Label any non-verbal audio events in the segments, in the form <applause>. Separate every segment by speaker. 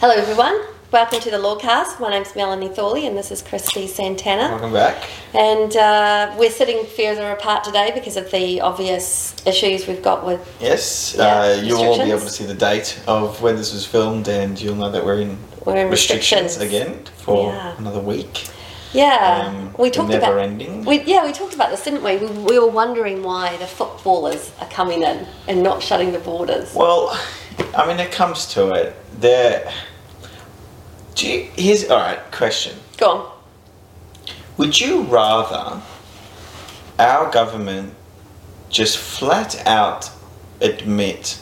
Speaker 1: Hello, everyone. Welcome to the Lawcast. My name's Melanie Thorley, and this is Christy Santana.
Speaker 2: Welcome back.
Speaker 1: And uh, we're sitting further apart today because of the obvious issues we've got with.
Speaker 2: Yes,
Speaker 1: Yeah,
Speaker 2: uh, you'll all
Speaker 1: restrictions.
Speaker 2: be able to see the date of when this was filmed, and you'll know that we're in,
Speaker 1: We're in restrictions.
Speaker 2: again for
Speaker 1: Yeah.
Speaker 2: another week.
Speaker 1: Yeah,
Speaker 2: Um,
Speaker 1: we talked
Speaker 2: never
Speaker 1: about.
Speaker 2: ending.
Speaker 1: We, yeah, we talked about this, didn't we? we? We were wondering why the footballers are coming in and not shutting the borders.
Speaker 2: Well, I mean, it comes to it. There. Do you, here's all right. Question:
Speaker 1: Go on.
Speaker 2: Would you rather our government just flat out admit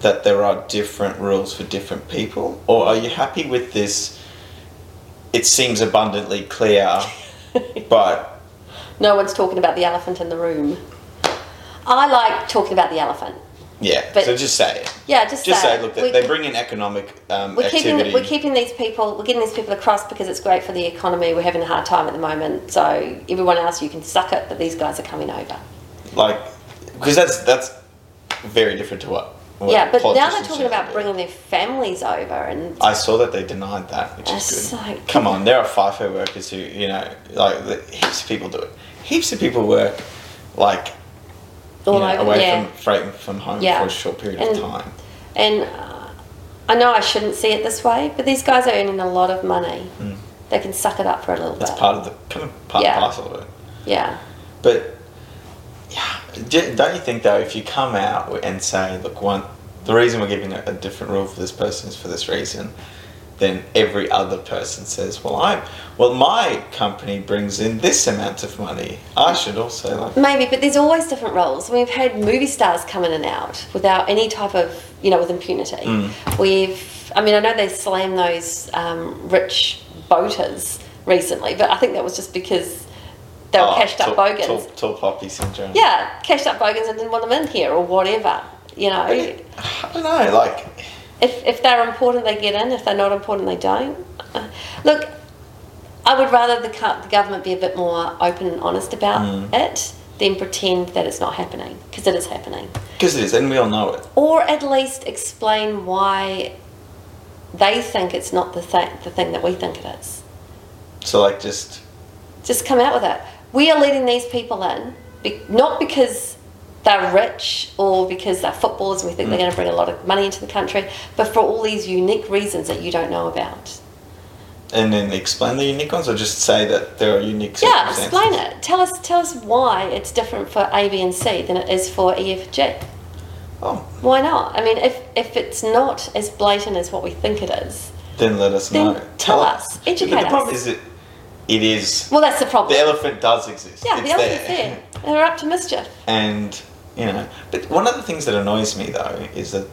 Speaker 2: that there are different rules for different people, or are you happy with this? It seems abundantly clear, but
Speaker 1: <laughs> No one's talking about the elephant in the room. I like talking about the elephant.
Speaker 2: yeah.
Speaker 1: But-
Speaker 2: so just say it.
Speaker 1: Yeah, just,
Speaker 2: Just
Speaker 1: say,
Speaker 2: say,
Speaker 1: it.
Speaker 2: look,
Speaker 1: We-
Speaker 2: they, they bring in economic um,
Speaker 1: we're
Speaker 2: activity.
Speaker 1: keeping we're keeping these people we're getting these people across because it's great for the economy. We're having a hard time at the moment, so everyone else you can suck it, but these guys are coming over.
Speaker 2: like, because that's that's very different to what. what
Speaker 1: yeah, but now they're
Speaker 2: politicians
Speaker 1: talking
Speaker 2: tend to
Speaker 1: about
Speaker 2: do.
Speaker 1: bringing their families over, and
Speaker 2: I saw that they denied that, which
Speaker 1: That's
Speaker 2: is good.
Speaker 1: so good.
Speaker 2: Come on, there are FIFO workers who, you know, like the, heaps of people do it. Heaps of people work, like, you
Speaker 1: all
Speaker 2: know,
Speaker 1: over.
Speaker 2: away
Speaker 1: yeah,
Speaker 2: from from from home
Speaker 1: Yeah.
Speaker 2: for a short period
Speaker 1: And-
Speaker 2: of time.
Speaker 1: and uh, I know I shouldn't see it this way, but these guys are earning a lot of money. They can suck it up for a little
Speaker 2: Hmm. That's
Speaker 1: bit.
Speaker 2: part of the kind of part
Speaker 1: Yeah.
Speaker 2: and parcel of it.
Speaker 1: yeah,
Speaker 2: But yeah, d- don't you think though, if you come out and say, look, one, the reason we're giving a, a different rule for this person is for this reason, then every other person says, well, I, well, my company brings in this amount of money. I
Speaker 1: Mm.
Speaker 2: should also like.
Speaker 1: maybe, but there's always different roles. We've had movie stars come in and out without any type of you know with impunity. We've, I mean, I know they slam those um, rich boaters recently, but I think that was just because they were
Speaker 2: Oh,
Speaker 1: cashed up
Speaker 2: tall-
Speaker 1: bogans.
Speaker 2: Tall, tall poppy syndrome.
Speaker 1: yeah, cashed up bogans and didn't want them in here or whatever. You know,
Speaker 2: I don't know, like,
Speaker 1: if, if they're important, they get in. If they're not important, they don't. Uh, Look, I would rather the, co- the government be a bit more open and honest about it than pretend that it's not happening, because it is happening.
Speaker 2: because it is, and we all know it.
Speaker 1: Or at least explain why they think it's not the, th- the thing that we think it is.
Speaker 2: So, like, just,
Speaker 1: Just come out with it. We are letting these people in, be- not because they're rich or because they're footballers and we think they're going to bring a lot of money into the country, but for all these unique reasons that you don't know about.
Speaker 2: and then explain the unique ones, or just say that there are unique
Speaker 1: Yeah,
Speaker 2: circumstances.
Speaker 1: explain it. Tell us, tell us why it's different for A, B, and C than it is for E, F, G.
Speaker 2: Oh,
Speaker 1: Why not? I mean, if if it's not as blatant as what we think it is,
Speaker 2: then let us
Speaker 1: Then
Speaker 2: know.
Speaker 1: tell us. Educate
Speaker 2: but the problem
Speaker 1: us.
Speaker 2: is, it, it is.
Speaker 1: well, that's the problem.
Speaker 2: The elephant does exist.
Speaker 1: yeah,
Speaker 2: it's
Speaker 1: the elephant's there. They're up to mischief.
Speaker 2: And, you know, but one of the things that annoys me, though, is that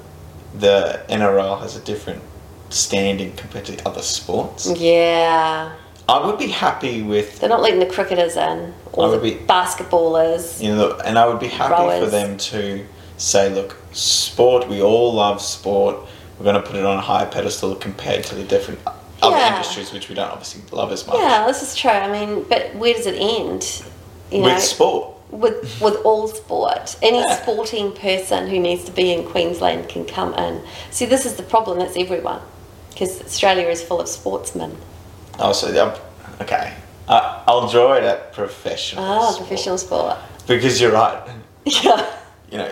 Speaker 2: the NRL has a different standing compared to the other sports.
Speaker 1: Mm. Yeah,
Speaker 2: I would be happy with
Speaker 1: they're not letting the cricketers in
Speaker 2: I
Speaker 1: or the
Speaker 2: would be-
Speaker 1: basketballers.
Speaker 2: you know, and I would be happy for
Speaker 1: Rowers.
Speaker 2: them to say, look, sport, we all love sport. We're going to put it on a higher pedestal compared to the different other
Speaker 1: Yeah.
Speaker 2: industries, which we don't obviously love as much.
Speaker 1: Yeah, this is true. I mean, but where does it end? You know,
Speaker 2: With sport,
Speaker 1: with with all sport. Any
Speaker 2: Yeah.
Speaker 1: sporting person who needs to be in Queensland can come in. See, this is the problem. That's everyone, because Australia is full of sportsmen.
Speaker 2: oh, so yeah, okay, I I'll draw it at professional.
Speaker 1: Ah,
Speaker 2: sport.
Speaker 1: professional sport.
Speaker 2: Because you're right.
Speaker 1: <laughs> Yeah,
Speaker 2: You know,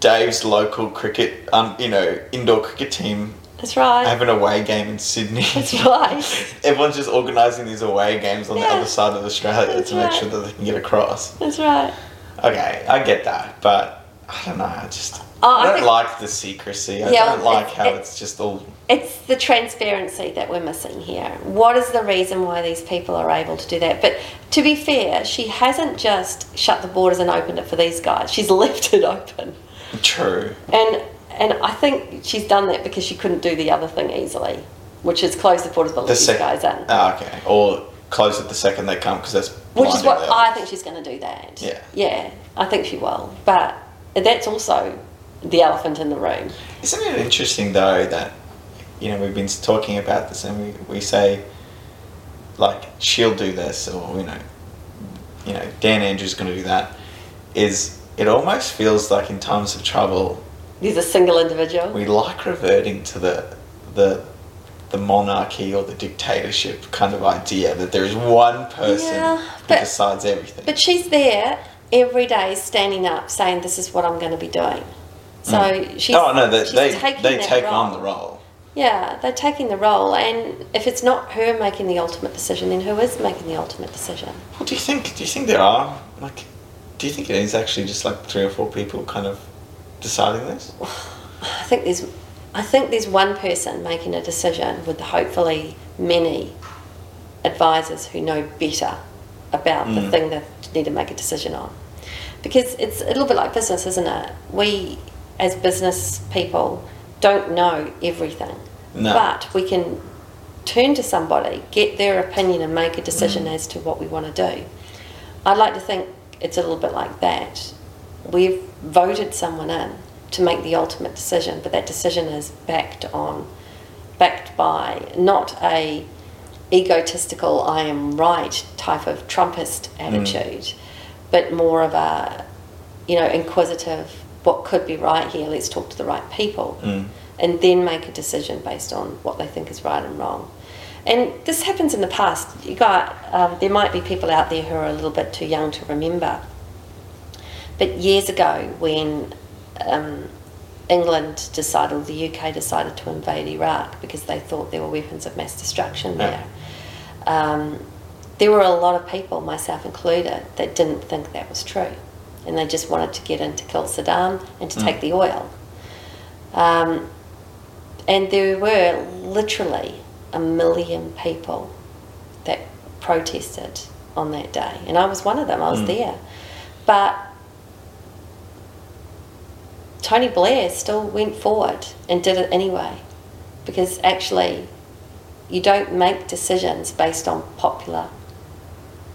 Speaker 2: Dave's local cricket, um, you know, indoor cricket team
Speaker 1: that's right.
Speaker 2: have an away game in Sydney.
Speaker 1: that's right.
Speaker 2: <laughs> Everyone's just organising these away games on
Speaker 1: Yeah.
Speaker 2: the other side of Australia
Speaker 1: That's
Speaker 2: to make
Speaker 1: right.
Speaker 2: sure that they can get across.
Speaker 1: That's right.
Speaker 2: Okay, I get that, but I don't know. I just
Speaker 1: Oh, I
Speaker 2: I don't
Speaker 1: think-
Speaker 2: like the secrecy. I
Speaker 1: Yeah,
Speaker 2: don't
Speaker 1: well,
Speaker 2: like
Speaker 1: it-
Speaker 2: how
Speaker 1: it-
Speaker 2: it's just all.
Speaker 1: It's the transparency that we're missing here. What is the reason why these people are able to do that? But to be fair, she hasn't just shut the borders and opened it for these guys. She's <laughs> left it open.
Speaker 2: True.
Speaker 1: And and I think she's done that because she couldn't do the other thing easily, which is close the borders but
Speaker 2: The
Speaker 1: let these
Speaker 2: second.
Speaker 1: guys in.
Speaker 2: Ah, okay. Or close it the second they come because that's.
Speaker 1: which is
Speaker 2: blinding
Speaker 1: what
Speaker 2: the
Speaker 1: I
Speaker 2: others.
Speaker 1: think she's going to do that.
Speaker 2: Yeah.
Speaker 1: Yeah, I think she will. But that's also the elephant in the room.
Speaker 2: Isn't it interesting though that you know we've been talking about this and we, we say like she'll do this or you know you know Dan Andrews going to do that is it almost feels like in times of trouble
Speaker 1: There's a single individual.
Speaker 2: we like reverting to the the the monarchy or the dictatorship kind of idea that there is one person
Speaker 1: Yeah,
Speaker 2: who
Speaker 1: but-
Speaker 2: decides everything.
Speaker 1: But she's there every day standing up saying, This is what I'm going to be doing. So she's.
Speaker 2: oh no, they
Speaker 1: she's
Speaker 2: they,
Speaker 1: taking
Speaker 2: they
Speaker 1: that
Speaker 2: take
Speaker 1: role.
Speaker 2: on the role.
Speaker 1: Yeah, they're taking the role. And if it's not her making the ultimate decision, then who is making the ultimate decision?
Speaker 2: Well, do you think? Do you think there are like? Do you think it is actually just like three or four people kind of deciding this?
Speaker 1: I think there's. I think there's one person making a decision with hopefully many advisors who know better about the thing they need to make a decision on. Because it's a little bit like business, isn't it? We, as business people, don't know everything.
Speaker 2: No.
Speaker 1: But we can turn to somebody, get their opinion, and make a decision as to what we want to do. I'd like to think it's a little bit like that. We've voted someone in to make the ultimate decision, but that decision is backed on, backed by not a egotistical "I am right" type of Trumpist attitude, but more of a, you know, inquisitive "What could be right here? Let's talk to the right people."
Speaker 2: Hmm.
Speaker 1: and then make a decision based on what they think is right and wrong. And this happens in the past. You got um, there might be people out there who are a little bit too young to remember, but years ago when um, England decided, or the UK decided to invade Iraq because they thought there were weapons of mass destruction
Speaker 2: Yeah.
Speaker 1: there. Um, there were a lot of people, myself included, that didn't think that was true, and they just wanted to get in to kill Saddam and to take the oil. Um, and there were literally a million people that protested on that day. And I was one of them, I was there. But Tony Blair still went forward and did it anyway. Because actually, you don't make decisions based on popular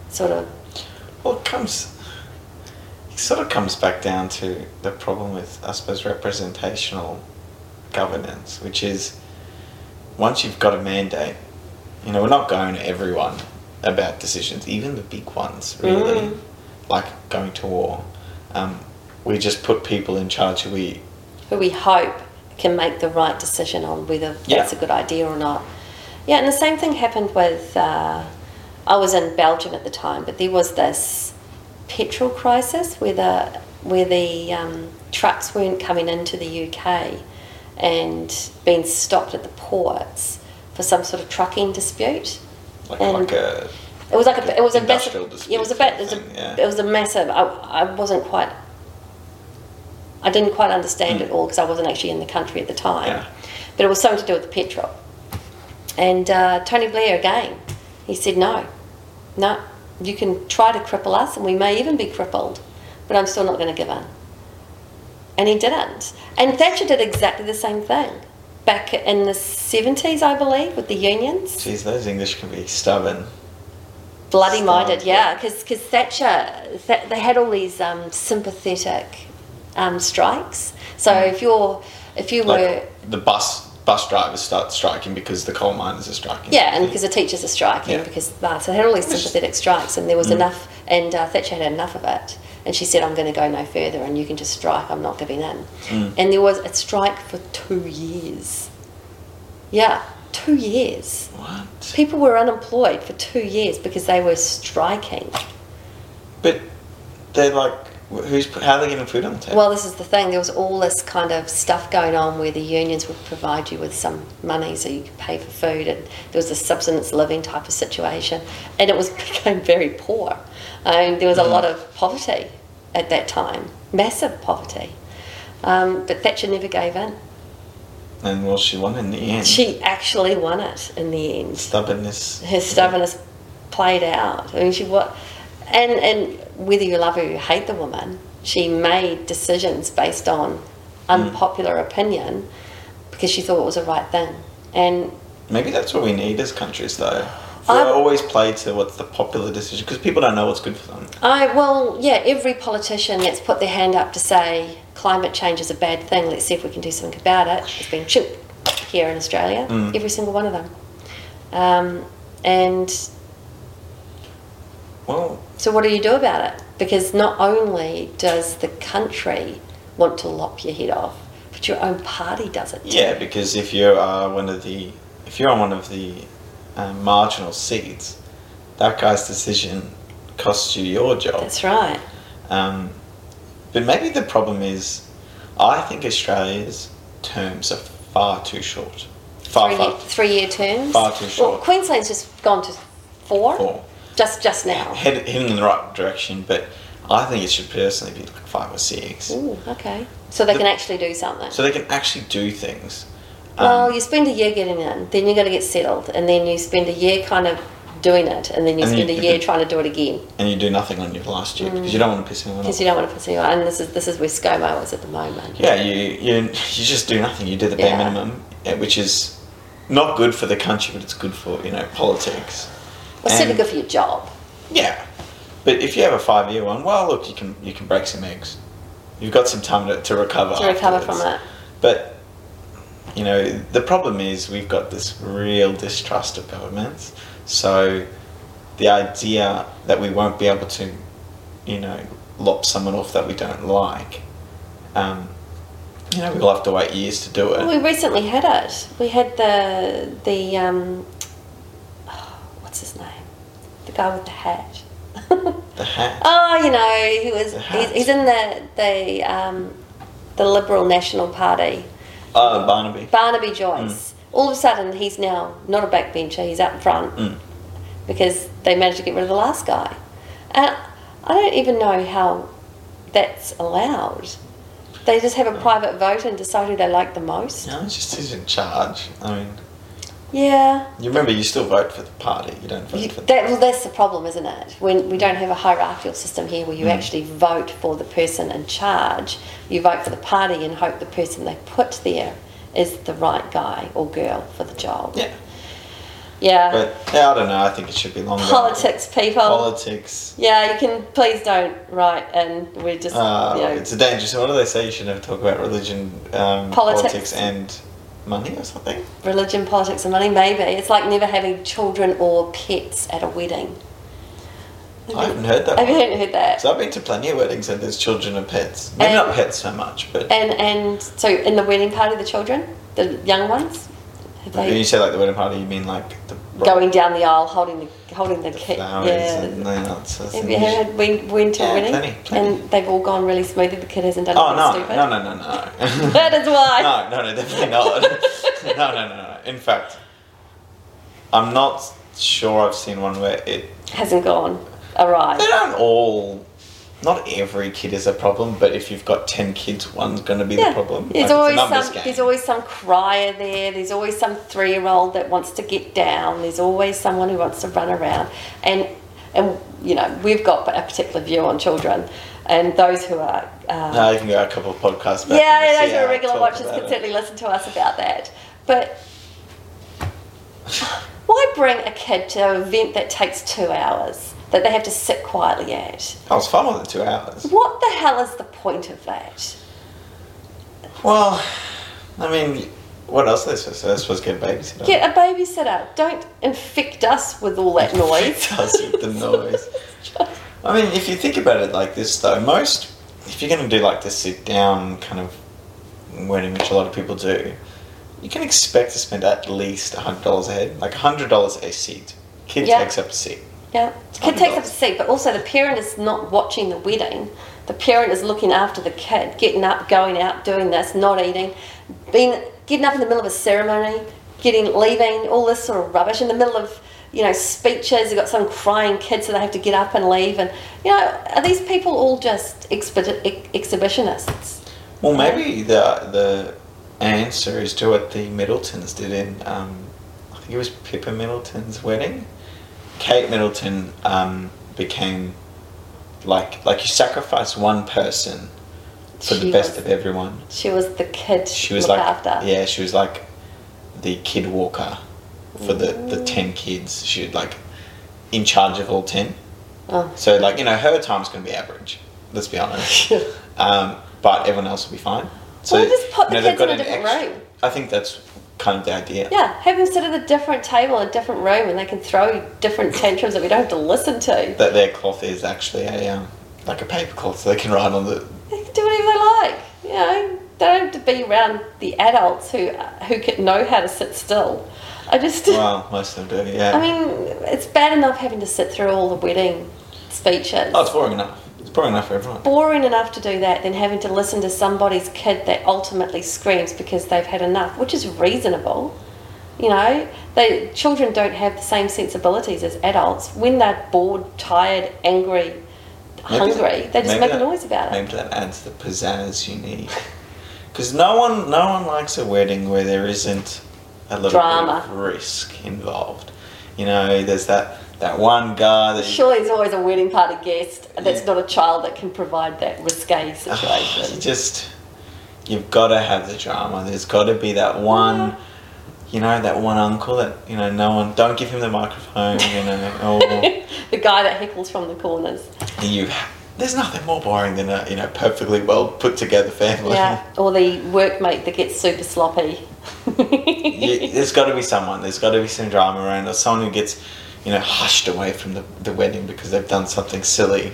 Speaker 1: sort of.
Speaker 2: Well, it comes. It sort of comes back down to the problem with, I suppose, representational governance, which is once you've got a mandate, you know, we're not going to everyone about decisions, even the big ones, really,
Speaker 1: Mm.
Speaker 2: like going to war. Um, we just put people in charge who we
Speaker 1: who we hope can make the right decision on whether
Speaker 2: Yeah.
Speaker 1: that's a good idea or not. Yeah, and the same thing happened with. Uh, I was in Belgium at the time, but there was this petrol crisis where the where the um, trucks weren't coming into the UK and being stopped at the ports for some sort of trucking dispute.
Speaker 2: like,
Speaker 1: And-
Speaker 2: like a
Speaker 1: It was like a, it was a massive,
Speaker 2: Industrial
Speaker 1: yeah, it was a
Speaker 2: dispute
Speaker 1: bit, it was a,
Speaker 2: thing, yeah.
Speaker 1: it was a massive. I, I wasn't quite, I didn't quite understand it all because I wasn't actually in the country at the time,
Speaker 2: Hmm. Yeah.
Speaker 1: but it was something to do with the petrol. And uh, Tony Blair again, he said, "No, no, you can try to cripple us, and we may even be crippled, but I'm still not going to give in." And he didn't. And Thatcher did exactly the same thing back in the 70s, I believe, with the unions
Speaker 2: Jeez, those English can be stubborn.
Speaker 1: bloody
Speaker 2: Style,
Speaker 1: minded, yeah, because Thatcher, Th- they had all these um, sympathetic um, strikes. So if you're, if you were,
Speaker 2: Mm. Like the bus bus drivers start striking because the coal miners are striking.
Speaker 1: yeah, and because the teachers are striking,
Speaker 2: Mm. Yeah. Mm.
Speaker 1: because that, so they had all these sympathetic strikes, and there was enough, and uh, Thatcher had enough of it, and she said, "I'm going to go no further, and you can just strike. I'm not giving in."
Speaker 2: Mm.
Speaker 1: And there was a strike for two years. Yeah, two years.
Speaker 2: What?
Speaker 1: People were unemployed for two years because they were striking.
Speaker 2: But they're like, wh- who's put- how are they getting food on the table?
Speaker 1: Well, this is the thing. There was all this kind of stuff going on where the unions would provide you with some money so you could pay for food, and there was a subsistence living type of situation, and it was <laughs> became very poor. And there was a lot of poverty at that time, massive poverty. Um, but Thatcher never gave in.
Speaker 2: and well, she won in the end.
Speaker 1: She actually won it in the end
Speaker 2: stubbornness.
Speaker 1: her stubbornness played out. I mean, she what, and and whether you love her or you hate the woman, she made decisions based on unpopular opinion because she thought it was the right thing. And
Speaker 2: Maybe that's what we need as countries, though. If
Speaker 1: I-
Speaker 2: We always play to what's the popular decision because people don't know what's good for them.
Speaker 1: I well, yeah, every politician that's put their hand up to say climate change is a bad thing. Let's see if we can do something about it. It's been chip here in Australia, every single one of them. Um, and
Speaker 2: Well,
Speaker 1: So what do you do about it? Because not only does the country want to lop your head off, but your own party does it. too.
Speaker 2: yeah, because if you are one of the if you're on one of the um, marginal seats, that guy's decision costs you your job.
Speaker 1: That's right.
Speaker 2: Um, but maybe the problem is, I think Australia's terms are far too short. Far,
Speaker 1: Three,
Speaker 2: far
Speaker 1: three year terms.
Speaker 2: far too
Speaker 1: Well,
Speaker 2: short.
Speaker 1: Queensland's just gone to four.
Speaker 2: Four.
Speaker 1: Just just
Speaker 2: <laughs>
Speaker 1: now.
Speaker 2: head, heading in the right direction, but I think it should personally be like five or six.
Speaker 1: Ooh, okay. So they
Speaker 2: The-
Speaker 1: can actually do something.
Speaker 2: So they can actually do things.
Speaker 1: well,
Speaker 2: Um,
Speaker 1: you spend a year getting in, then you got to get settled, and then you spend a year kind of doing it, and then you
Speaker 2: And
Speaker 1: spend
Speaker 2: you- Oh.
Speaker 1: a year trying to do it again
Speaker 2: and you do nothing on your last year because you don't want to piss anyone off.
Speaker 1: because you don't want to pursue it. And this is this is where ScoMo is at the moment.
Speaker 2: yeah, you, you you just do nothing. You do the bare
Speaker 1: Yeah.
Speaker 2: minimum, eh, which is not good for the country, but it's good for you know politics.
Speaker 1: Well, super
Speaker 2: And-
Speaker 1: good for your job.
Speaker 2: Yeah, but if you have a five year one, well, look, you can you can break some eggs. You've got some time to, to recover.
Speaker 1: To recover from
Speaker 2: afterwards.
Speaker 1: it.
Speaker 2: But you know the problem is we've got this real distrust of governments. So the idea that we won't be able to, you know, lop someone off that we don't like. Um, you know, we'll have to wait years to do it.
Speaker 1: Well, we recently had it. We had the the um, <sighs> oh, what's his name? The guy with the hat. <laughs>
Speaker 2: the hat.
Speaker 1: oh, you know, he was
Speaker 2: The
Speaker 1: he's,
Speaker 2: hat.
Speaker 1: he's in the the um, the Liberal National Party.
Speaker 2: Oh, Barnaby.
Speaker 1: Barnaby Joyce.
Speaker 2: Mm.
Speaker 1: All of a sudden, he's now not a backbencher. He's up front
Speaker 2: Mm.
Speaker 1: because they managed to get rid of the last guy. And I don't even know how that's allowed. They just have a private vote and decide who they like the most.
Speaker 2: No, it's just who's in charge. I mean.
Speaker 1: Yeah.
Speaker 2: You remember, you still vote for the party. You don't vote
Speaker 1: You-
Speaker 2: for the
Speaker 1: that, well, that's the problem, isn't it? When we don't have a hierarchical system here
Speaker 2: Hmm.
Speaker 1: where you actually vote for the person in charge, you vote for the party and hope the person they put there is the right guy or girl for the job.
Speaker 2: yeah.
Speaker 1: Yeah.
Speaker 2: But um, yeah, I don't know. I think it should be longer.
Speaker 1: Politics, people.
Speaker 2: Politics.
Speaker 1: yeah, you can please don't write and we're just
Speaker 2: Uh,
Speaker 1: you know,
Speaker 2: It's a dangerous. What do they say? You should never talk about religion, um,
Speaker 1: Politics.
Speaker 2: politics, and money or something.
Speaker 1: religion, politics, and money. Maybe it's like never having children or pets at a wedding.
Speaker 2: I haven't heard that.
Speaker 1: Have you
Speaker 2: one.
Speaker 1: heard that?
Speaker 2: Oh. So I've been to plenty of weddings and there's children and pets. Maybe
Speaker 1: And-
Speaker 2: not pets so much, but
Speaker 1: And and so in the wedding party, the children, the young ones, have
Speaker 2: when you
Speaker 1: they
Speaker 2: say like the wedding party, you mean like the
Speaker 1: going down the aisle holding the holding the, kid?
Speaker 2: flowers and
Speaker 1: Yeah.
Speaker 2: the nuts. and
Speaker 1: Have you
Speaker 2: things.
Speaker 1: had went went to a
Speaker 2: Yeah,
Speaker 1: wedding
Speaker 2: plenty, plenty.
Speaker 1: and they've all gone really smoothly? The kid hasn't done
Speaker 2: Oh
Speaker 1: anything
Speaker 2: no,
Speaker 1: stupid.
Speaker 2: no, no, no, no.
Speaker 1: <laughs>
Speaker 2: <laughs>
Speaker 1: That is why.
Speaker 2: No, no, no,
Speaker 1: <laughs>
Speaker 2: definitely not. no, no, no, no. In fact, I'm not sure I've seen one where it.
Speaker 1: Hasn't gone awry.
Speaker 2: They don't all. Not every kid is a problem, but if you've got ten kids, one's going to be the problem.
Speaker 1: There's
Speaker 2: Like,
Speaker 1: always
Speaker 2: it's a numbers
Speaker 1: some.
Speaker 2: game.
Speaker 1: There's always some crier there. There's always some three-year-old that wants to get down. There's always someone who wants to run around, and and you know we've got a particular view on children, and those who are. Um,
Speaker 2: No, you can go a couple of podcasts back. and
Speaker 1: yeah,
Speaker 2: you'll
Speaker 1: those
Speaker 2: see
Speaker 1: who
Speaker 2: how
Speaker 1: are
Speaker 2: I
Speaker 1: regular
Speaker 2: talk
Speaker 1: watchers
Speaker 2: about
Speaker 1: can
Speaker 2: it.
Speaker 1: certainly listen to us about that, but. Why bring a kid to an event that takes two hours that they have to sit quietly at?
Speaker 2: That was far more than two hours.
Speaker 1: What the hell is the point of that?
Speaker 2: Well, I mean, what else are they supposed to? They're supposed to get babysitter.
Speaker 1: Get a babysitter. Don't infect us with all
Speaker 2: <laughs>
Speaker 1: that noise.
Speaker 2: Infect us with the noise.
Speaker 1: <laughs>
Speaker 2: I mean, if you think about it like this, though, most if you're going to do like the sit down kind of wedding, which a lot of people do, you can expect to spend at least hundred dollars a head, like hundred dollars a seat. Kid
Speaker 1: Yeah.
Speaker 2: takes up a seat.
Speaker 1: yeah. Kid
Speaker 2: Hundred
Speaker 1: takes up a
Speaker 2: dollars.
Speaker 1: seat, but also the parent is not watching the wedding. The parent is looking after the kid, getting up, going out, doing this, not eating, being getting up in the middle of a ceremony, getting leaving, all this sort of rubbish in the middle of you know speeches. You've got some crying kid, so they have to get up and leave. And you know, are these people all just exhibi- ex- exhibitionists?
Speaker 2: Well, maybe the the answer is to what the Middletons did in, um, I think it was Pippa Middleton's wedding. Kate Middleton um, became like like you sacrifice one person for the
Speaker 1: She
Speaker 2: best
Speaker 1: was-
Speaker 2: of everyone.
Speaker 1: She was the kid
Speaker 2: She was
Speaker 1: looked
Speaker 2: like
Speaker 1: after.
Speaker 2: yeah, she was like the kid walker for the the
Speaker 1: Mm.
Speaker 2: ten kids. She was like in charge of all ten.
Speaker 1: Oh. <laughs>
Speaker 2: So like you know her time's gonna be average. Let's be honest. um, but everyone else will be fine. So
Speaker 1: Well, just put the
Speaker 2: you know, they've
Speaker 1: kids in
Speaker 2: got
Speaker 1: a
Speaker 2: an
Speaker 1: different
Speaker 2: extra-
Speaker 1: room.
Speaker 2: I think that's kind of the idea.
Speaker 1: Yeah, have them sit at a different table, a different room, and they can throw different tantrums that we don't have to listen to.
Speaker 2: That their cloth is actually a um, like a paper cloth, so they can write on the.
Speaker 1: They can do whatever they like. You know, they don't have to be around the adults who who can know how to sit still. I just.
Speaker 2: Well, most of them do, yeah.
Speaker 1: I mean, it's bad enough having to sit through all the wedding speeches.
Speaker 2: oh, it's boring enough. It's boring enough for everyone.
Speaker 1: boring enough to do that than having to listen to somebody's kid that ultimately screams because they've had enough, which is reasonable. You know, they children don't have the same sensibilities as adults. When they're bored, tired, angry, hungry, they just
Speaker 2: maybe
Speaker 1: make a
Speaker 2: that-
Speaker 1: noise about it.
Speaker 2: Maybe that adds the pizzazz you need. Because no one, no one likes a wedding where there isn't a little
Speaker 1: Drama.
Speaker 2: bit of risk involved. You know, there's that that one guy that
Speaker 1: Surely there's always a wedding party guest that's
Speaker 2: Yeah.
Speaker 1: not a child that can provide that risque situation.
Speaker 2: <sighs> you just you've got to have the drama. There's got to be that one. You know that one uncle that you know no one don't give him the microphone you know
Speaker 1: <laughs> the guy that heckles from the corners.
Speaker 2: or you there's nothing more boring than a you know perfectly well put together family
Speaker 1: Yeah. Or the workmate that gets super sloppy. <laughs>
Speaker 2: you, there's got to be someone. There's got to be some drama around, or someone who gets, you know, hushed away from the, the wedding because they've done something silly.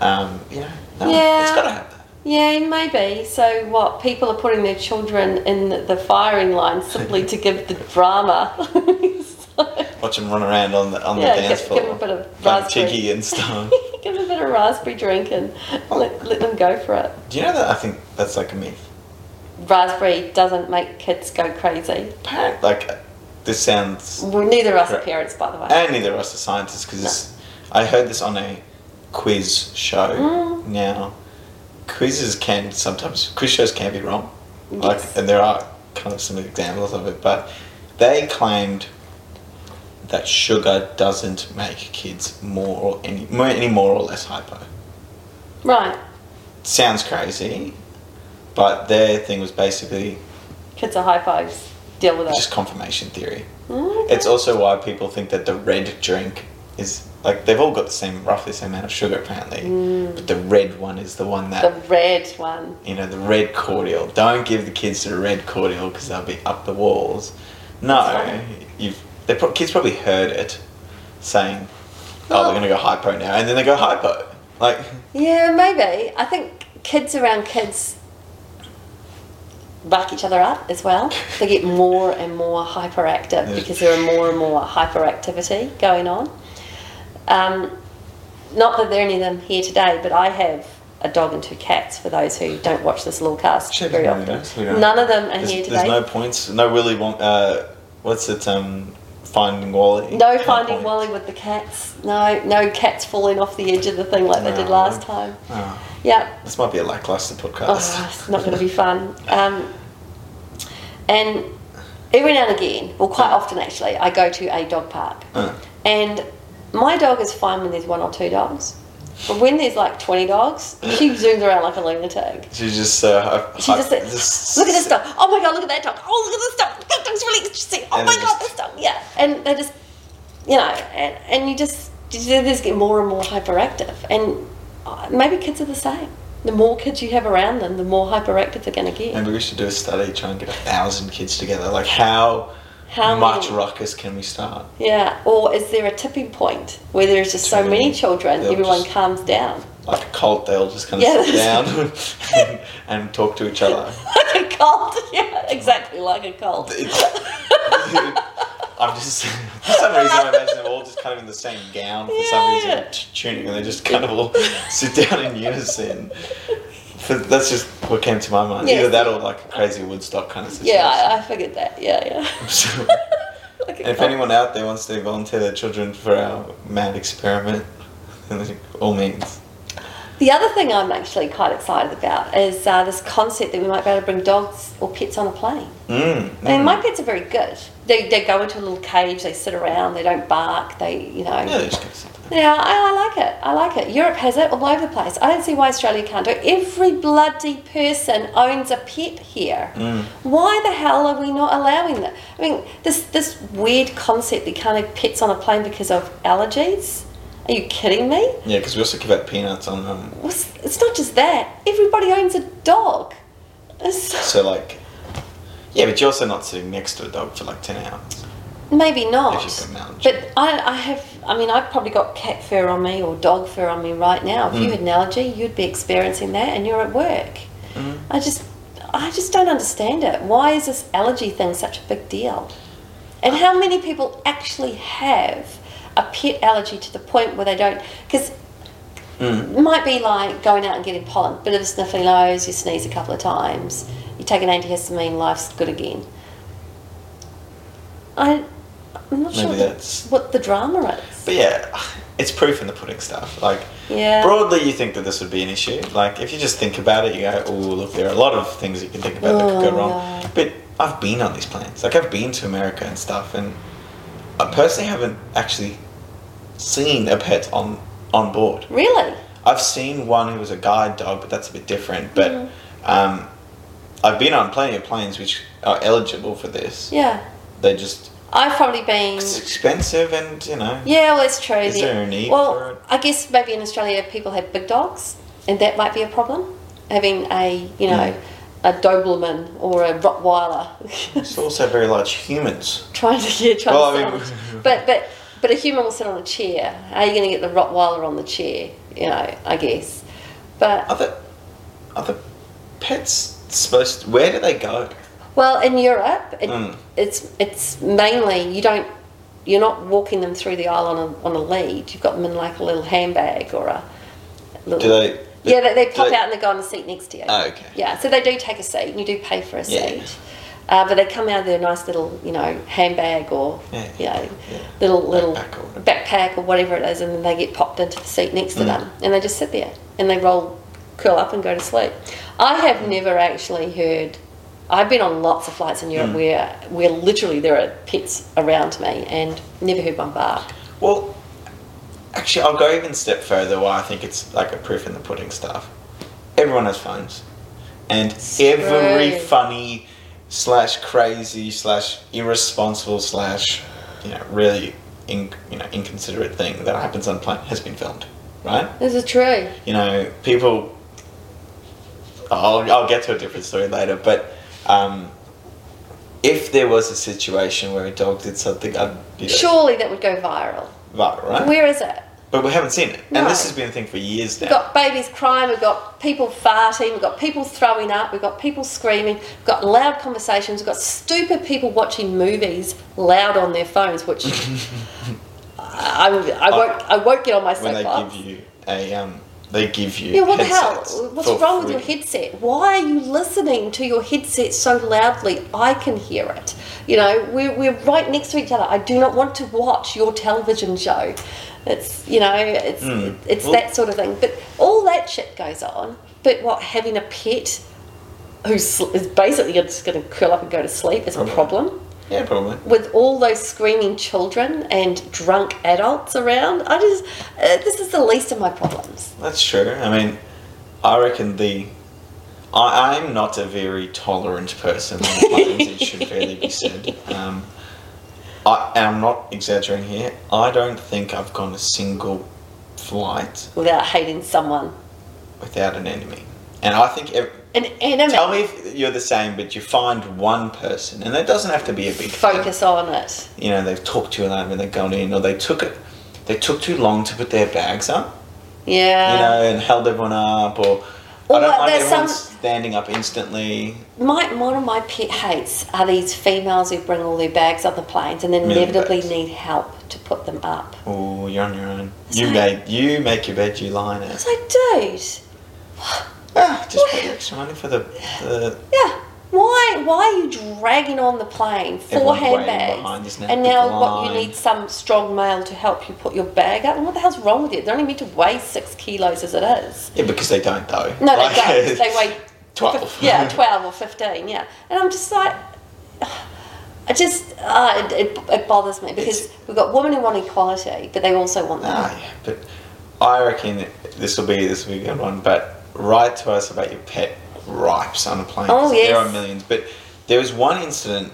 Speaker 2: Um, you know, no,
Speaker 1: Yeah.
Speaker 2: it's got to happen.
Speaker 1: Yeah, maybe. So what? People are putting their children in the firing line simply to give the drama. <laughs> So,
Speaker 2: Watch them run around on the on
Speaker 1: Yeah,
Speaker 2: the dance
Speaker 1: give-
Speaker 2: floor,
Speaker 1: give 'em a bit of
Speaker 2: like
Speaker 1: raspberry.
Speaker 2: cheeky Oh. and stuff.
Speaker 1: <laughs> give them a bit of raspberry drink and let, let them go for it.
Speaker 2: Do you know that? I think that's like a myth.
Speaker 1: Raspberry doesn't make kids go crazy.
Speaker 2: Apparent, like uh, this sounds,
Speaker 1: Well, neither of us are
Speaker 2: Correct.
Speaker 1: parents, by the way.
Speaker 2: and neither of us are scientists because I heard this on a quiz show.
Speaker 1: Mm.
Speaker 2: Now, quizzes can sometimes quiz shows can be wrong. Like,
Speaker 1: Yes.
Speaker 2: and there are kind of some examples of it, but they claimed that sugar doesn't make kids more or any, more, any more or less hypo.
Speaker 1: Right.
Speaker 2: Sounds crazy, but their thing was basically
Speaker 1: Kids are hypos. Deal with it.
Speaker 2: just confirmation theory.
Speaker 1: Mm, okay.
Speaker 2: It's also why people think that the red drink is like they've all got the same, roughly the same amount of sugar apparently,
Speaker 1: Mm.
Speaker 2: but the red one is the one that
Speaker 1: the red one.
Speaker 2: you know, the red cordial. Don't give the kids the red cordial because they'll be up the walls. No,
Speaker 1: That's
Speaker 2: you've the pro- kids probably heard it saying, "Oh, they're going to go hypo now," and then they go hypo. Like,
Speaker 1: Yeah, maybe. I think kids around kids back each other up as well. They
Speaker 2: <laughs>
Speaker 1: get more and more hyperactive
Speaker 2: Yeah.
Speaker 1: because there are more and more hyperactivity going on. Um, not that there are any of them here today, but I have a dog and two cats for those who don't watch this lawcast
Speaker 2: Shit,
Speaker 1: very
Speaker 2: none of
Speaker 1: often.
Speaker 2: us, we don't-
Speaker 1: None of them are
Speaker 2: there's,
Speaker 1: here
Speaker 2: there's
Speaker 1: today.
Speaker 2: no points. No Willy Wonka. Uh, what's it? Um, Finding Wally.
Speaker 1: No finding
Speaker 2: point.
Speaker 1: Wally with the cats. No, no cats falling off the edge of the thing like they did
Speaker 2: No.
Speaker 1: last time.
Speaker 2: Oh,
Speaker 1: Yeah,
Speaker 2: this might be a lackluster podcast.
Speaker 1: Oh, it's not going to be fun. Um, and every now and again, well, quite often actually, I go to a dog park.
Speaker 2: <laughs> Uh,
Speaker 1: And my dog is fine when there's one or two dogs. But when there's like 20 dogs, she zooms around like a lunatic.
Speaker 2: she's just. Uh,
Speaker 1: She just says, look at this dog. Oh my god, look at that dog. Oh, look at this dog. That dog's really interesting. Oh
Speaker 2: And
Speaker 1: my
Speaker 2: they
Speaker 1: god,
Speaker 2: just-
Speaker 1: this dog. Yeah. And they just, you know, and, and you just, they just get more and more hyperactive. And uh, maybe kids are the same. The more kids you have around them, the more hyperactive they're going to get.
Speaker 2: Maybe we should do a study, try and get a thousand kids together. Like, how,
Speaker 1: How
Speaker 2: much
Speaker 1: many-
Speaker 2: ruckus can we start?
Speaker 1: Yeah. Or is there a tipping point where there's just so
Speaker 2: True.
Speaker 1: many children,
Speaker 2: They'll
Speaker 1: everyone
Speaker 2: just-
Speaker 1: calms down? <laughs>
Speaker 2: like a cult, they'll just kind of
Speaker 1: Yeah.
Speaker 2: sit down <laughs> and, and talk to each other.
Speaker 1: Like a cult. <laughs> Yeah, exactly like a cult.
Speaker 2: I'm just, <laughs> for some reason, I imagine they're all just kind of in the same gown for some
Speaker 1: Yeah,
Speaker 2: reason,
Speaker 1: yeah.
Speaker 2: t- tuning, and they just kind of all <laughs> sit down <laughs> in unison.
Speaker 1: <laughs>
Speaker 2: But that's just what came to my mind.
Speaker 1: Yes.
Speaker 2: Either that or like a crazy Woodstock kind of situation.
Speaker 1: Yeah, I, I figured that. Yeah,
Speaker 2: <laughs>
Speaker 1: yeah. Like a
Speaker 2: and if
Speaker 1: cult.
Speaker 2: anyone out there wants to volunteer their children for our mad experiment, <laughs> then all means.
Speaker 1: The other thing I'm actually quite excited about is uh, this concept that we might be able to bring dogs or pets on a plane.
Speaker 2: Mm,
Speaker 1: I mean,
Speaker 2: mm.
Speaker 1: my pets are very good. They, they go into a little cage, they sit around, they don't bark, they, you know.
Speaker 2: Yeah, they just kind of sit there.
Speaker 1: Yeah, I, I like it. I like it. Europe has it all over the place. I don't see why Australia can't do it. Every bloody person owns a pet here. Why the hell are we not allowing that? I mean, this this weird concept that you can't have pets on a plane because of allergies. Are you kidding me?
Speaker 2: Yeah, because we also give out peanuts on them.
Speaker 1: What's, it's not just that. Everybody owns a dog. It's,
Speaker 2: So like, yeah, but you're also not sitting next to a dog for like ten hours.
Speaker 1: maybe not.
Speaker 2: If you've got an allergy.
Speaker 1: But I, I have. I mean, I've probably got cat fur on me or dog fur on me right now. If you had an allergy, you'd be experiencing that, and you're at work. I just, I just don't understand it. Why is this allergy thing such a big deal? And how many people actually have a pet allergy to the point where they don't? Because
Speaker 2: Mm.
Speaker 1: it might be like going out and getting pollen, bit of a sniffly nose, you sneeze a couple of times, you take an antihistamine, life's good again. I, I'm not
Speaker 2: Maybe
Speaker 1: sure
Speaker 2: that's-
Speaker 1: what the drama is.
Speaker 2: But yeah, it's proof in the pudding stuff. Like,
Speaker 1: Yeah.
Speaker 2: broadly, you think that this would be an issue. Like, if you just think about it, you go, oh, look, there are a lot of things you can think about that could
Speaker 1: Oh,
Speaker 2: go wrong.
Speaker 1: yeah.
Speaker 2: But I've been on these planes. Like, I've been to America and stuff, and I personally haven't actually seen a pet on, on board.
Speaker 1: Really?
Speaker 2: I've seen one who was a guide dog, but that's a bit different. But
Speaker 1: Mm-hmm.
Speaker 2: um, I've been on plenty of planes which are eligible for this.
Speaker 1: Yeah.
Speaker 2: They're just
Speaker 1: I've probably been.
Speaker 2: it's expensive, and you know,
Speaker 1: Yeah, well, it's true.
Speaker 2: Is
Speaker 1: The-
Speaker 2: there a need
Speaker 1: well,
Speaker 2: for it?
Speaker 1: I guess maybe in Australia people have big dogs, and that might be a problem. Having a, you know,
Speaker 2: Hmm.
Speaker 1: a Doberman or a Rottweiler <laughs>
Speaker 2: it's also very large humans.
Speaker 1: trying to yeah, trying
Speaker 2: Well,
Speaker 1: to
Speaker 2: I
Speaker 1: sit
Speaker 2: mean-
Speaker 1: on a- but but but a human will sit on a chair. How are you going to get the Rottweiler on the chair? You know, I guess. But
Speaker 2: Are the are the pets supposed? where do they go?
Speaker 1: well, in Europe, it,
Speaker 2: Mm.
Speaker 1: it's it's mainly you don't you're not walking them through the aisle on a, on a lead. You've got them in like a little handbag or a little.
Speaker 2: Do they?
Speaker 1: Yeah, they, they pop
Speaker 2: do
Speaker 1: out and they go on the seat next to you.
Speaker 2: Oh, okay.
Speaker 1: Yeah, so they do take a seat and you do pay for a
Speaker 2: Yeah.
Speaker 1: seat. Uh, but they come out of their nice little, you know, handbag or,
Speaker 2: Yeah.
Speaker 1: you know,
Speaker 2: Yeah.
Speaker 1: little, little
Speaker 2: Backpack or whatever. Mm.
Speaker 1: backpack or whatever it is, and then they get popped into the seat next to them and they just sit there and they roll, curl up and go to sleep. I have
Speaker 2: Mm.
Speaker 1: never actually heard, I've been on lots of flights in Europe
Speaker 2: Mm.
Speaker 1: where, where literally there are pets around me and never heard one bark.
Speaker 2: Well, actually, I'll go even a step further. Why I think it's like a proof in the pudding stuff. Everyone has phones, and every
Speaker 1: true.
Speaker 2: funny slash crazy slash irresponsible slash you know really in, you know inconsiderate thing that happens on plane has been filmed, right?
Speaker 1: This is true.
Speaker 2: you know, people. I'll, I'll get to a different story later, but um, if there was a situation where a dog did something, I'd be like,
Speaker 1: Surely that would go viral.
Speaker 2: "Right, right?"
Speaker 1: Where is it?
Speaker 2: but we haven't seen it, and this
Speaker 1: No.
Speaker 2: has been a thing for years now.
Speaker 1: We've got babies crying, we've got people farting, we've got people throwing up, we've got people screaming, we've got loud conversations, we've got stupid people watching movies loud on their phones,
Speaker 2: <laughs>
Speaker 1: which I, I, won't, I won't get on my
Speaker 2: when they
Speaker 1: soapbox.
Speaker 2: give you a, um, they give you.
Speaker 1: Yeah, what the
Speaker 2: headsets
Speaker 1: hell?
Speaker 2: for
Speaker 1: What's wrong with your
Speaker 2: free.
Speaker 1: headset? Why are you listening to your headset so loudly? I can hear it. You know, we're, we're right next to each other. I do not want to watch your television show. It's, you know, it's,
Speaker 2: Mm.
Speaker 1: it's
Speaker 2: Well-
Speaker 1: that sort of thing. But all that shit goes on. But what, having a pet who's sl- is basically just going to curl up and go to sleep is a
Speaker 2: Probably.
Speaker 1: problem?
Speaker 2: Yeah, probably.
Speaker 1: with all those screaming children and drunk adults around, I just, uh, this is the least of my problems.
Speaker 2: That's true. I mean, I reckon the. I, I'm not a very tolerant person on planes, it should fairly be said. Um, I, and I'm not exaggerating here. I don't think I've gone a single flight
Speaker 1: Without hating someone.
Speaker 2: without an enemy. And I think. Ev-
Speaker 1: An enemy.
Speaker 2: tell me if you're the same, but you find one person, and that doesn't have to be a big thing.
Speaker 1: Focus on it.
Speaker 2: You know, they've talked too loud when they've gone in, or they took it. They took too long to put their bags up. you
Speaker 1: Yeah.
Speaker 2: know, and held everyone up, or
Speaker 1: Or
Speaker 2: I don't
Speaker 1: like
Speaker 2: mind
Speaker 1: there's
Speaker 2: everyone
Speaker 1: some-
Speaker 2: standing up instantly.
Speaker 1: my, one of my pet hates are these females who bring all their bags on the planes and then
Speaker 2: Million
Speaker 1: inevitably
Speaker 2: bags.
Speaker 1: need help to put them up.
Speaker 2: Oh, you're on your own.
Speaker 1: It's
Speaker 2: you
Speaker 1: like-
Speaker 2: make you make your bed, you lie in
Speaker 1: It's
Speaker 2: it.
Speaker 1: like, dude,
Speaker 2: Ah, just pay
Speaker 1: What?
Speaker 2: extra money for the, the
Speaker 1: Yeah. Why? Why are you dragging on the plane four
Speaker 2: Everyone's waiting behind
Speaker 1: handbags?
Speaker 2: this now,
Speaker 1: And
Speaker 2: big
Speaker 1: now what? You
Speaker 2: line.
Speaker 1: need some strong male to help you put your bag up. And what the hell's wrong with you? They're only meant to weigh six kilos as it is.
Speaker 2: yeah, because they don't though.
Speaker 1: No,
Speaker 2: Like, <laughs>
Speaker 1: they don't. They weigh
Speaker 2: twelve.
Speaker 1: Yeah, twelve or fifteen. Yeah, and I'm just like. <sighs> I just uh, it, it, it bothers me because
Speaker 2: It's-
Speaker 1: we've got women who want equality, but they also want that.
Speaker 2: ah, yeah, but I reckon this will be this will be a good one. But write to us about your pet gripes on a plane.
Speaker 1: Oh,
Speaker 2: 'cause
Speaker 1: yes.
Speaker 2: there are millions. But there was one incident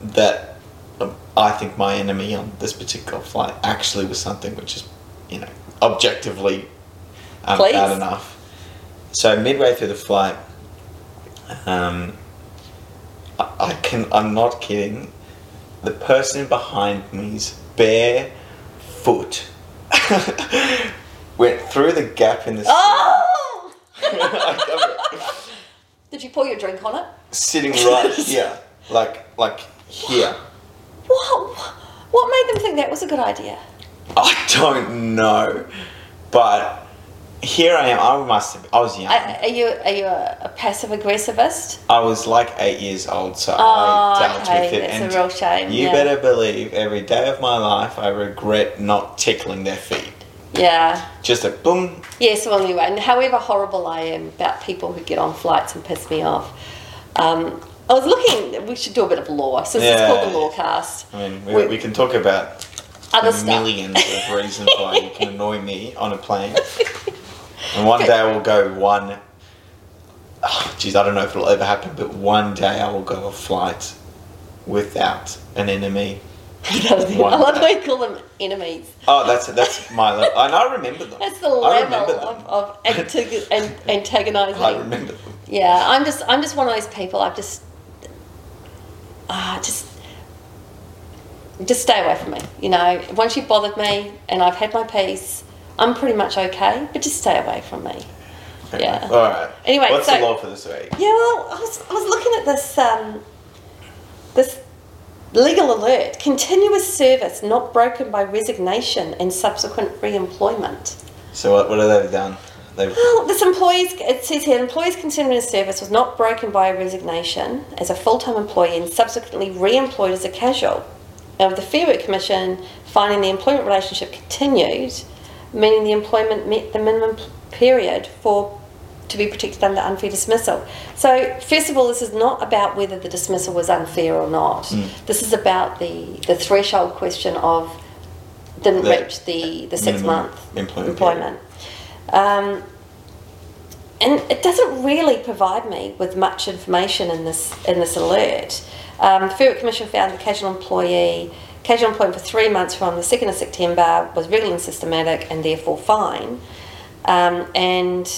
Speaker 2: that um, I think my enemy on this particular flight actually was something which is, you know, objectively um,
Speaker 1: Please.
Speaker 2: bad enough. So midway through the flight, um, I, I can. I'm not kidding. The person behind me's bare foot <laughs> went through the gap in the seat. <laughs>
Speaker 1: Oh!
Speaker 2: I cover it.
Speaker 1: Did you pour your drink on it?
Speaker 2: sitting right here, like like here,
Speaker 1: What? What made them think that was a good idea?
Speaker 2: I don't know, but here I am. I must have. I was young.
Speaker 1: Are,
Speaker 2: I,
Speaker 1: are you are you a, a passive aggressivist?
Speaker 2: was like eight years old, so
Speaker 1: Oh,
Speaker 2: I dealt
Speaker 1: okay,
Speaker 2: with it.
Speaker 1: that's a
Speaker 2: and
Speaker 1: real shame,
Speaker 2: You
Speaker 1: yeah.
Speaker 2: better believe every day of my life I regret not tickling their feet.
Speaker 1: Yeah.
Speaker 2: Just a boom.
Speaker 1: Yes, well, anyway, and however horrible I am about people who get on flights and piss me off, um, I was looking. We should do a bit of law. So this
Speaker 2: Yeah.
Speaker 1: is called the law cast.
Speaker 2: I mean, we,
Speaker 1: We-
Speaker 2: we, can talk about
Speaker 1: Other
Speaker 2: the
Speaker 1: stuff.
Speaker 2: millions of reasons why you can annoy me on a plane. And one day I will go one. Oh, geez, I don't know if it'll ever happen, but one day I will go a flight without an enemy.
Speaker 1: <laughs>
Speaker 2: One
Speaker 1: I love how you call them enemies.
Speaker 2: Oh, that's that's my level. And I remember them.
Speaker 1: That's the
Speaker 2: I
Speaker 1: level
Speaker 2: remember
Speaker 1: of,
Speaker 2: them. <laughs>
Speaker 1: of antig- an- antagonizing.
Speaker 2: I remember them.
Speaker 1: Yeah, I'm just I'm just one of those people. I've just ah just just stay away from me. You know, once you've bothered me and I've had my peace, I'm pretty much okay. But just stay away from me.
Speaker 2: Fair
Speaker 1: Yeah.
Speaker 2: enough. All right.
Speaker 1: Anyway,
Speaker 2: what's
Speaker 1: so-
Speaker 2: the law for this week?
Speaker 1: Yeah, well, I was, I was looking at this um, this legal alert: continuous service not broken by resignation and subsequent re-employment.
Speaker 2: So what, what have they done? They've
Speaker 1: Well, this employee's, it says here, employee's continuous service was not broken by a resignation as a full time employee and subsequently re employed as a casual. Now, with the Fair Work Commission finding the employment relationship continued, meaning the employment met the minimum p- period for to be protected under unfair dismissal. So, first of all, this is not about whether the dismissal was unfair or not. This is about the, the threshold question of didn't
Speaker 2: The
Speaker 1: reach the, the six
Speaker 2: minimum
Speaker 1: month
Speaker 2: employment
Speaker 1: employment. Um, and it doesn't really provide me with much information in this in this alert. Um, the Fair Work Commission found the casual employee casual employment for three months from the second of September was regular and systematic and therefore fine. Um, and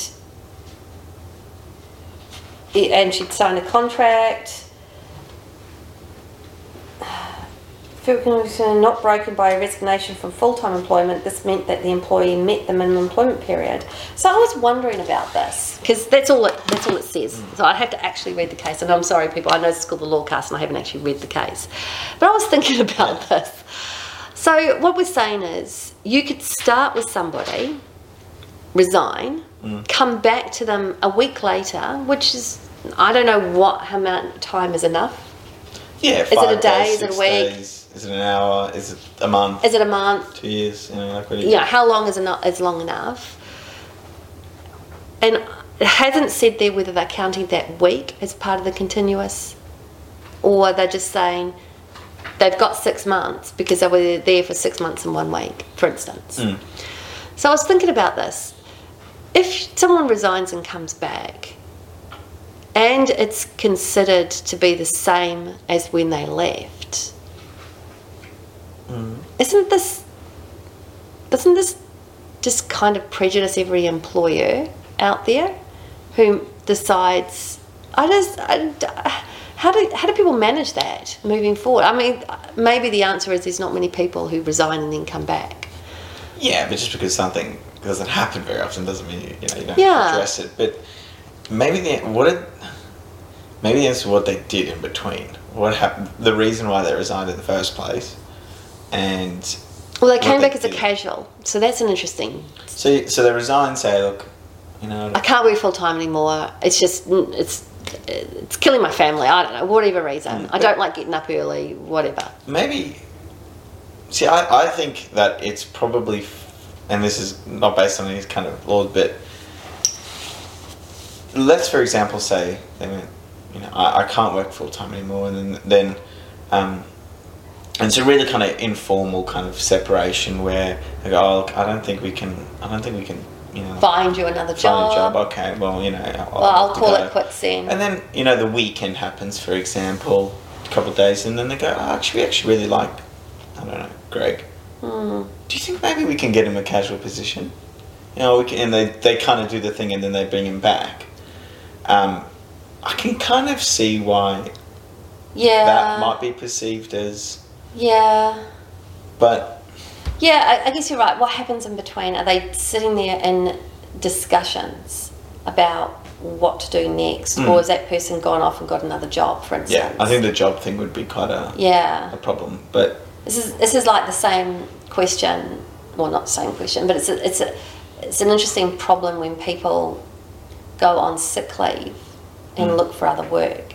Speaker 1: and she'd signed a contract. Field condition not broken by a resignation from full-time employment. This meant that the employee met the minimum employment period. So I was wondering about this because that's all it that's all it says. So I'd have to actually read the case. And I'm sorry, people. I know this is called the law cast, and I haven't actually read the case. But I was <laughs> thinking about this. So what we're saying is, you could start with somebody, resign, come back to them a week later, which is I don't know what amount of time is enough.
Speaker 2: yeah.
Speaker 1: it a
Speaker 2: five
Speaker 1: day?
Speaker 2: days,
Speaker 1: Is it a
Speaker 2: six
Speaker 1: week?
Speaker 2: Days, is it an hour? Is it a month?
Speaker 1: Is it a month?
Speaker 2: two years? You know, like what do you-
Speaker 1: you know, how long is enough is long enough? And it hasn't said there whether they're counting that week as part of the continuous, or they're just saying they've got six months because they were there for six months and one week, for instance. So I was thinking about this. If someone resigns and comes back, and it's considered to be the same as when they left, isn't this doesn't this just kind of prejudice every employer out there who decides i just I, how do how do people manage that moving forward i mean maybe the answer is there's not many people who resign and then come back
Speaker 2: Yeah, but just because something doesn't happen very often doesn't mean you, you know you don't
Speaker 1: Yeah.
Speaker 2: address it. But maybe the what did maybe the answer is what they did in between. What happened? The reason why they resigned in the first place, and
Speaker 1: well they came
Speaker 2: they
Speaker 1: back as a
Speaker 2: do.
Speaker 1: casual so that's an interesting
Speaker 2: so you- so they resign. Say, look, you know,
Speaker 1: i can't work full-time anymore it's just it's it's killing my family i don't know whatever reason
Speaker 2: Mm.
Speaker 1: i don't like getting up early whatever
Speaker 2: maybe see I, I think that it's probably f- and this is not based on these kind of laws but let's for example say they went you know i, I can't work full-time anymore and then, then um, and it's a really kind of informal kind of separation where they go oh, look, i don't think we can i don't think we can you know
Speaker 1: find you another
Speaker 2: find a job
Speaker 1: job
Speaker 2: okay well you know i'll,
Speaker 1: well i'll
Speaker 2: have to
Speaker 1: call
Speaker 2: go.
Speaker 1: it quits then
Speaker 2: And then you know the weekend happens, for example, a couple of days, and then they go, oh, "Actually, we actually really like, I don't know, Greg.
Speaker 1: Hmm.
Speaker 2: Do you think maybe we can get him a casual position? You know, we can, and they they kind of do the thing, and then they bring him back. Um, I can kind of see why
Speaker 1: yeah
Speaker 2: that might be perceived as,
Speaker 1: yeah
Speaker 2: but
Speaker 1: Yeah, I, I guess you're right. What happens in between? Are they sitting there in discussions about what to do next, or has that person gone off and got another job, for instance?
Speaker 2: Hmm. Yeah, I think the job thing would be quite a,
Speaker 1: Yeah.
Speaker 2: a problem. But
Speaker 1: This is this is like the same question, well, not the same question, but it's a, it's a, it's an interesting problem when people go on sick leave and
Speaker 2: Hmm.
Speaker 1: look for other work.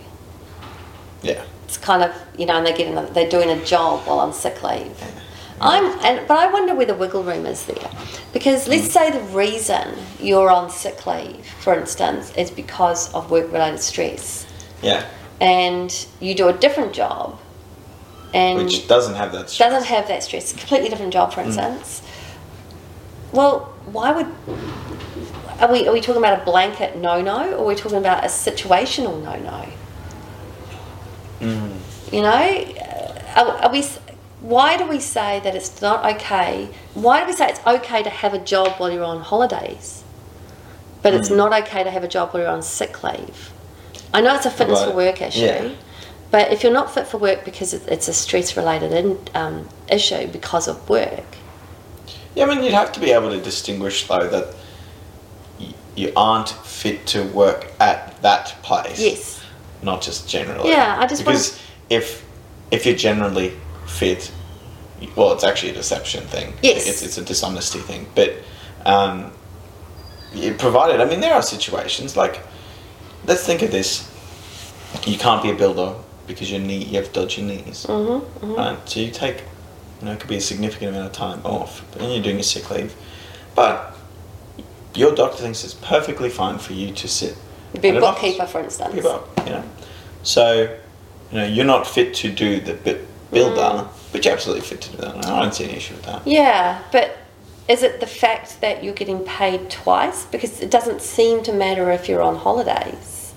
Speaker 2: yeah,
Speaker 1: It's kind of you know, and they get another, they're doing a job while on sick leave. I'm, and, but I wonder where the wiggle room is there, because let's say the reason you're on sick leave, for instance, is because of work-related stress,
Speaker 2: yeah,
Speaker 1: and you do a different job, and
Speaker 2: which doesn't have that. stress.
Speaker 1: doesn't have that stress, completely different job, for instance. Well, why would are we are we talking about a blanket no no, or are we talking about a situational no no? You know, Uh, are, are we? s- Why do we say that it's not okay? Why do we say it's okay to have a job while you're on holidays, but it's not okay to have a job while you're on sick leave? I know it's a fitness for
Speaker 2: Right.
Speaker 1: work issue.
Speaker 2: Yeah.
Speaker 1: But if you're not fit for work because it- it's a stress related in, um, issue because of work,
Speaker 2: Yeah, I mean, you'd have to be able to distinguish though that y- you aren't fit to work at that place.
Speaker 1: yes,
Speaker 2: Not just generally.
Speaker 1: Yeah, I just
Speaker 2: because if if you're generally fit, y- well, it's actually a deception thing.
Speaker 1: Yes.
Speaker 2: It's it's a dishonesty thing, but um, it provided. I mean, there are situations like let's think of this. You can't be a builder because your knee you have dodgy knees. Mm-hmm, Right? So you take, you know, it could be a significant amount of time off, and you're doing your sick leave, but your doctor thinks it's perfectly fine for you to sit.
Speaker 1: be
Speaker 2: at
Speaker 1: a
Speaker 2: an office
Speaker 1: bookkeeper, for instance.
Speaker 2: give up, you know. So, you know, you're not fit to do the bu- builder,
Speaker 1: Mm.
Speaker 2: but you're absolutely fit to do that. and I don't see any issue with that.
Speaker 1: Yeah, but is it the fact that you're getting paid twice? Because it doesn't seem to matter if you're on holidays.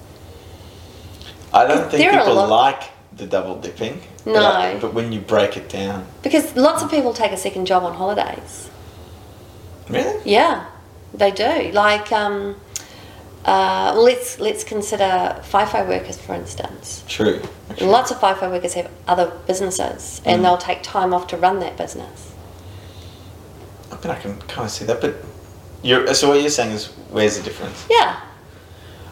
Speaker 2: I don't think
Speaker 1: There are a
Speaker 2: people
Speaker 1: lot-
Speaker 2: like the double dipping. but
Speaker 1: No.
Speaker 2: I- but when you break it down,
Speaker 1: Because lots of people take a second job on holidays.
Speaker 2: really?
Speaker 1: Yeah, they do. Like, um, uh, let's let's consider FIFO workers, for instance.
Speaker 2: True.
Speaker 1: Lots of FIFO workers have other businesses
Speaker 2: Mm.
Speaker 1: and they'll take time off to run that business.
Speaker 2: I mean, I can kind of see that, but you're, so what you're saying is, where's the difference?
Speaker 1: Yeah.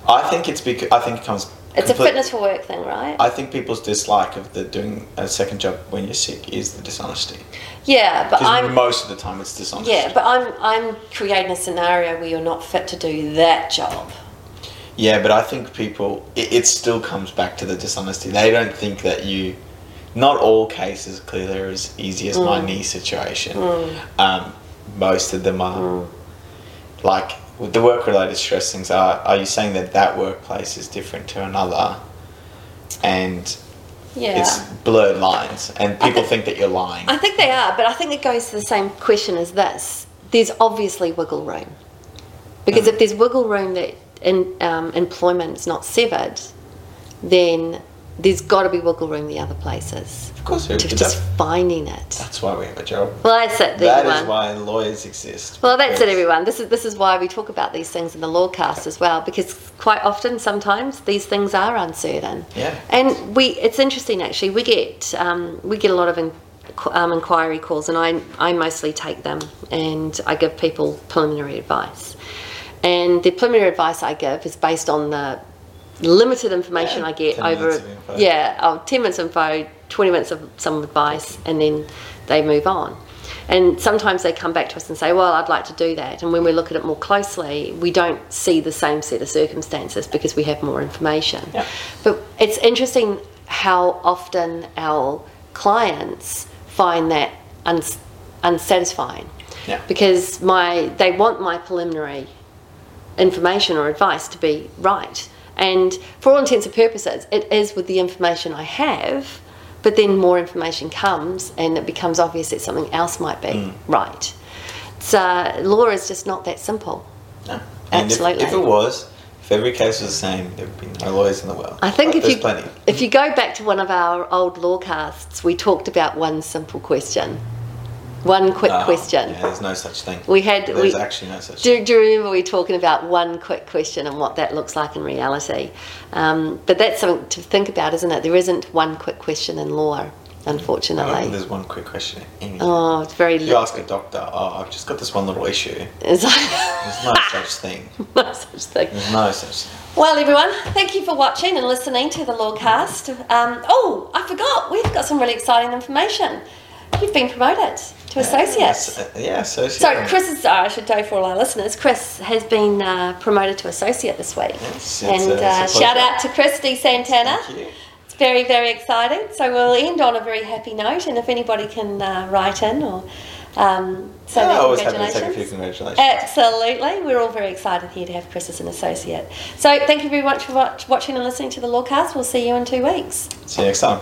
Speaker 2: I think it's because I think it comes.
Speaker 1: It's
Speaker 2: complete-
Speaker 1: a fitness for work thing, right?
Speaker 2: I think people's dislike of the doing a second job when you're sick is the dishonesty.
Speaker 1: yeah, but
Speaker 2: Because
Speaker 1: I'm
Speaker 2: most of the time it's dishonesty.
Speaker 1: yeah, but I'm I'm creating a scenario where you're not fit to do that job.
Speaker 2: Yeah, but I think people, it, it still comes back to the dishonesty. They don't think that you, not all cases clearly are as easy as
Speaker 1: Mm.
Speaker 2: my knee situation. Um, most of them are.
Speaker 1: Mm.
Speaker 2: Like, with the work related stress things, are, are you saying that that workplace is different to another? And
Speaker 1: Yeah.
Speaker 2: it's blurred lines, and people think that you're lying.
Speaker 1: I think they are, but I think it goes to the same question as this. There's obviously wiggle room.
Speaker 2: Mm.
Speaker 1: Because if there's wiggle room that in, um, employment is not severed, then there's got to be wiggle room the other places.
Speaker 2: of course, we
Speaker 1: To
Speaker 2: would.
Speaker 1: just
Speaker 2: That's,
Speaker 1: finding it.
Speaker 2: that's why we have a job.
Speaker 1: Well, that's it,
Speaker 2: That
Speaker 1: everyone.
Speaker 2: is why lawyers exist.
Speaker 1: Well, that's it,
Speaker 2: because-
Speaker 1: everyone. This is this is why we talk about these things in the lawcast as well, because quite often, sometimes these things are uncertain.
Speaker 2: Yeah.
Speaker 1: And we, it's interesting actually. We get um, we get a lot of in, um, inquiry calls, and I I mostly take them, and I give people preliminary advice. And the preliminary advice I give is based on the limited information
Speaker 2: Yeah,
Speaker 1: I get
Speaker 2: 10
Speaker 1: over
Speaker 2: minutes of info.
Speaker 1: yeah, oh, 10 minutes of info, 20 minutes of some advice, and then they move on. And sometimes they come back to us and say, Well, I'd like to do that. And when we look at it more closely, we don't see the same set of circumstances because we have more information.
Speaker 2: Yeah.
Speaker 1: But it's interesting how often our clients find that uns- unsatisfying
Speaker 2: Yeah.
Speaker 1: because my they want my preliminary information or advice to be right. And for all intents and purposes, it is with the information I have, but then more information comes and it becomes obvious that something else might be right. So law is just not that simple.
Speaker 2: No. And if-
Speaker 1: Absolutely.
Speaker 2: If, it was, if every case was the same, there'd be no lawyers in the world.
Speaker 1: I think if
Speaker 2: But Oh, there's
Speaker 1: you
Speaker 2: plenty.
Speaker 1: if you go back to one of our old law casts, we talked about one simple question. One quick
Speaker 2: No,
Speaker 1: question.
Speaker 2: Ah, Yeah, there's no such thing.
Speaker 1: We had- we-
Speaker 2: There's actually no such.
Speaker 1: Do,
Speaker 2: thing.
Speaker 1: do you remember we were talking about one quick question and what that looks like in reality? Um, but that's something to think about, isn't it? There isn't one quick question in law,
Speaker 2: I don't think
Speaker 1: unfortunately.
Speaker 2: there's one quick question. Any.
Speaker 1: Oh, it's very.
Speaker 2: You ask a doctor, oh, I've just got this one little issue.
Speaker 1: It's <laughs> like,
Speaker 2: There's no such thing.
Speaker 1: no such thing.
Speaker 2: There's no such thing.
Speaker 1: Well, everyone, thank you for watching and listening to the Lawcast. Um, oh, I forgot, we've got some really exciting information. You've been promoted to associate.
Speaker 2: Yeah, asso- uh, yeah, associate.
Speaker 1: So Chris is, uh, I should say for all our listeners, Chris has been uh, promoted to associate this week.
Speaker 2: Yes, it's a-
Speaker 1: and
Speaker 2: it's a
Speaker 1: uh,
Speaker 2: pleasure.
Speaker 1: shout out to Christy Santana.
Speaker 2: Thank you.
Speaker 1: It's very, very exciting. So we'll end on a very happy note. And if anybody can uh, write in or um, say
Speaker 2: Yeah,
Speaker 1: their
Speaker 2: always happy to take a few
Speaker 1: congratulations. Uh,
Speaker 2: congratulations.
Speaker 1: Absolutely. We're all very excited here to have Chris as an associate. So thank you very much for watch, watching and listening to the Lawcast. We'll see you in two weeks.
Speaker 2: See you next time.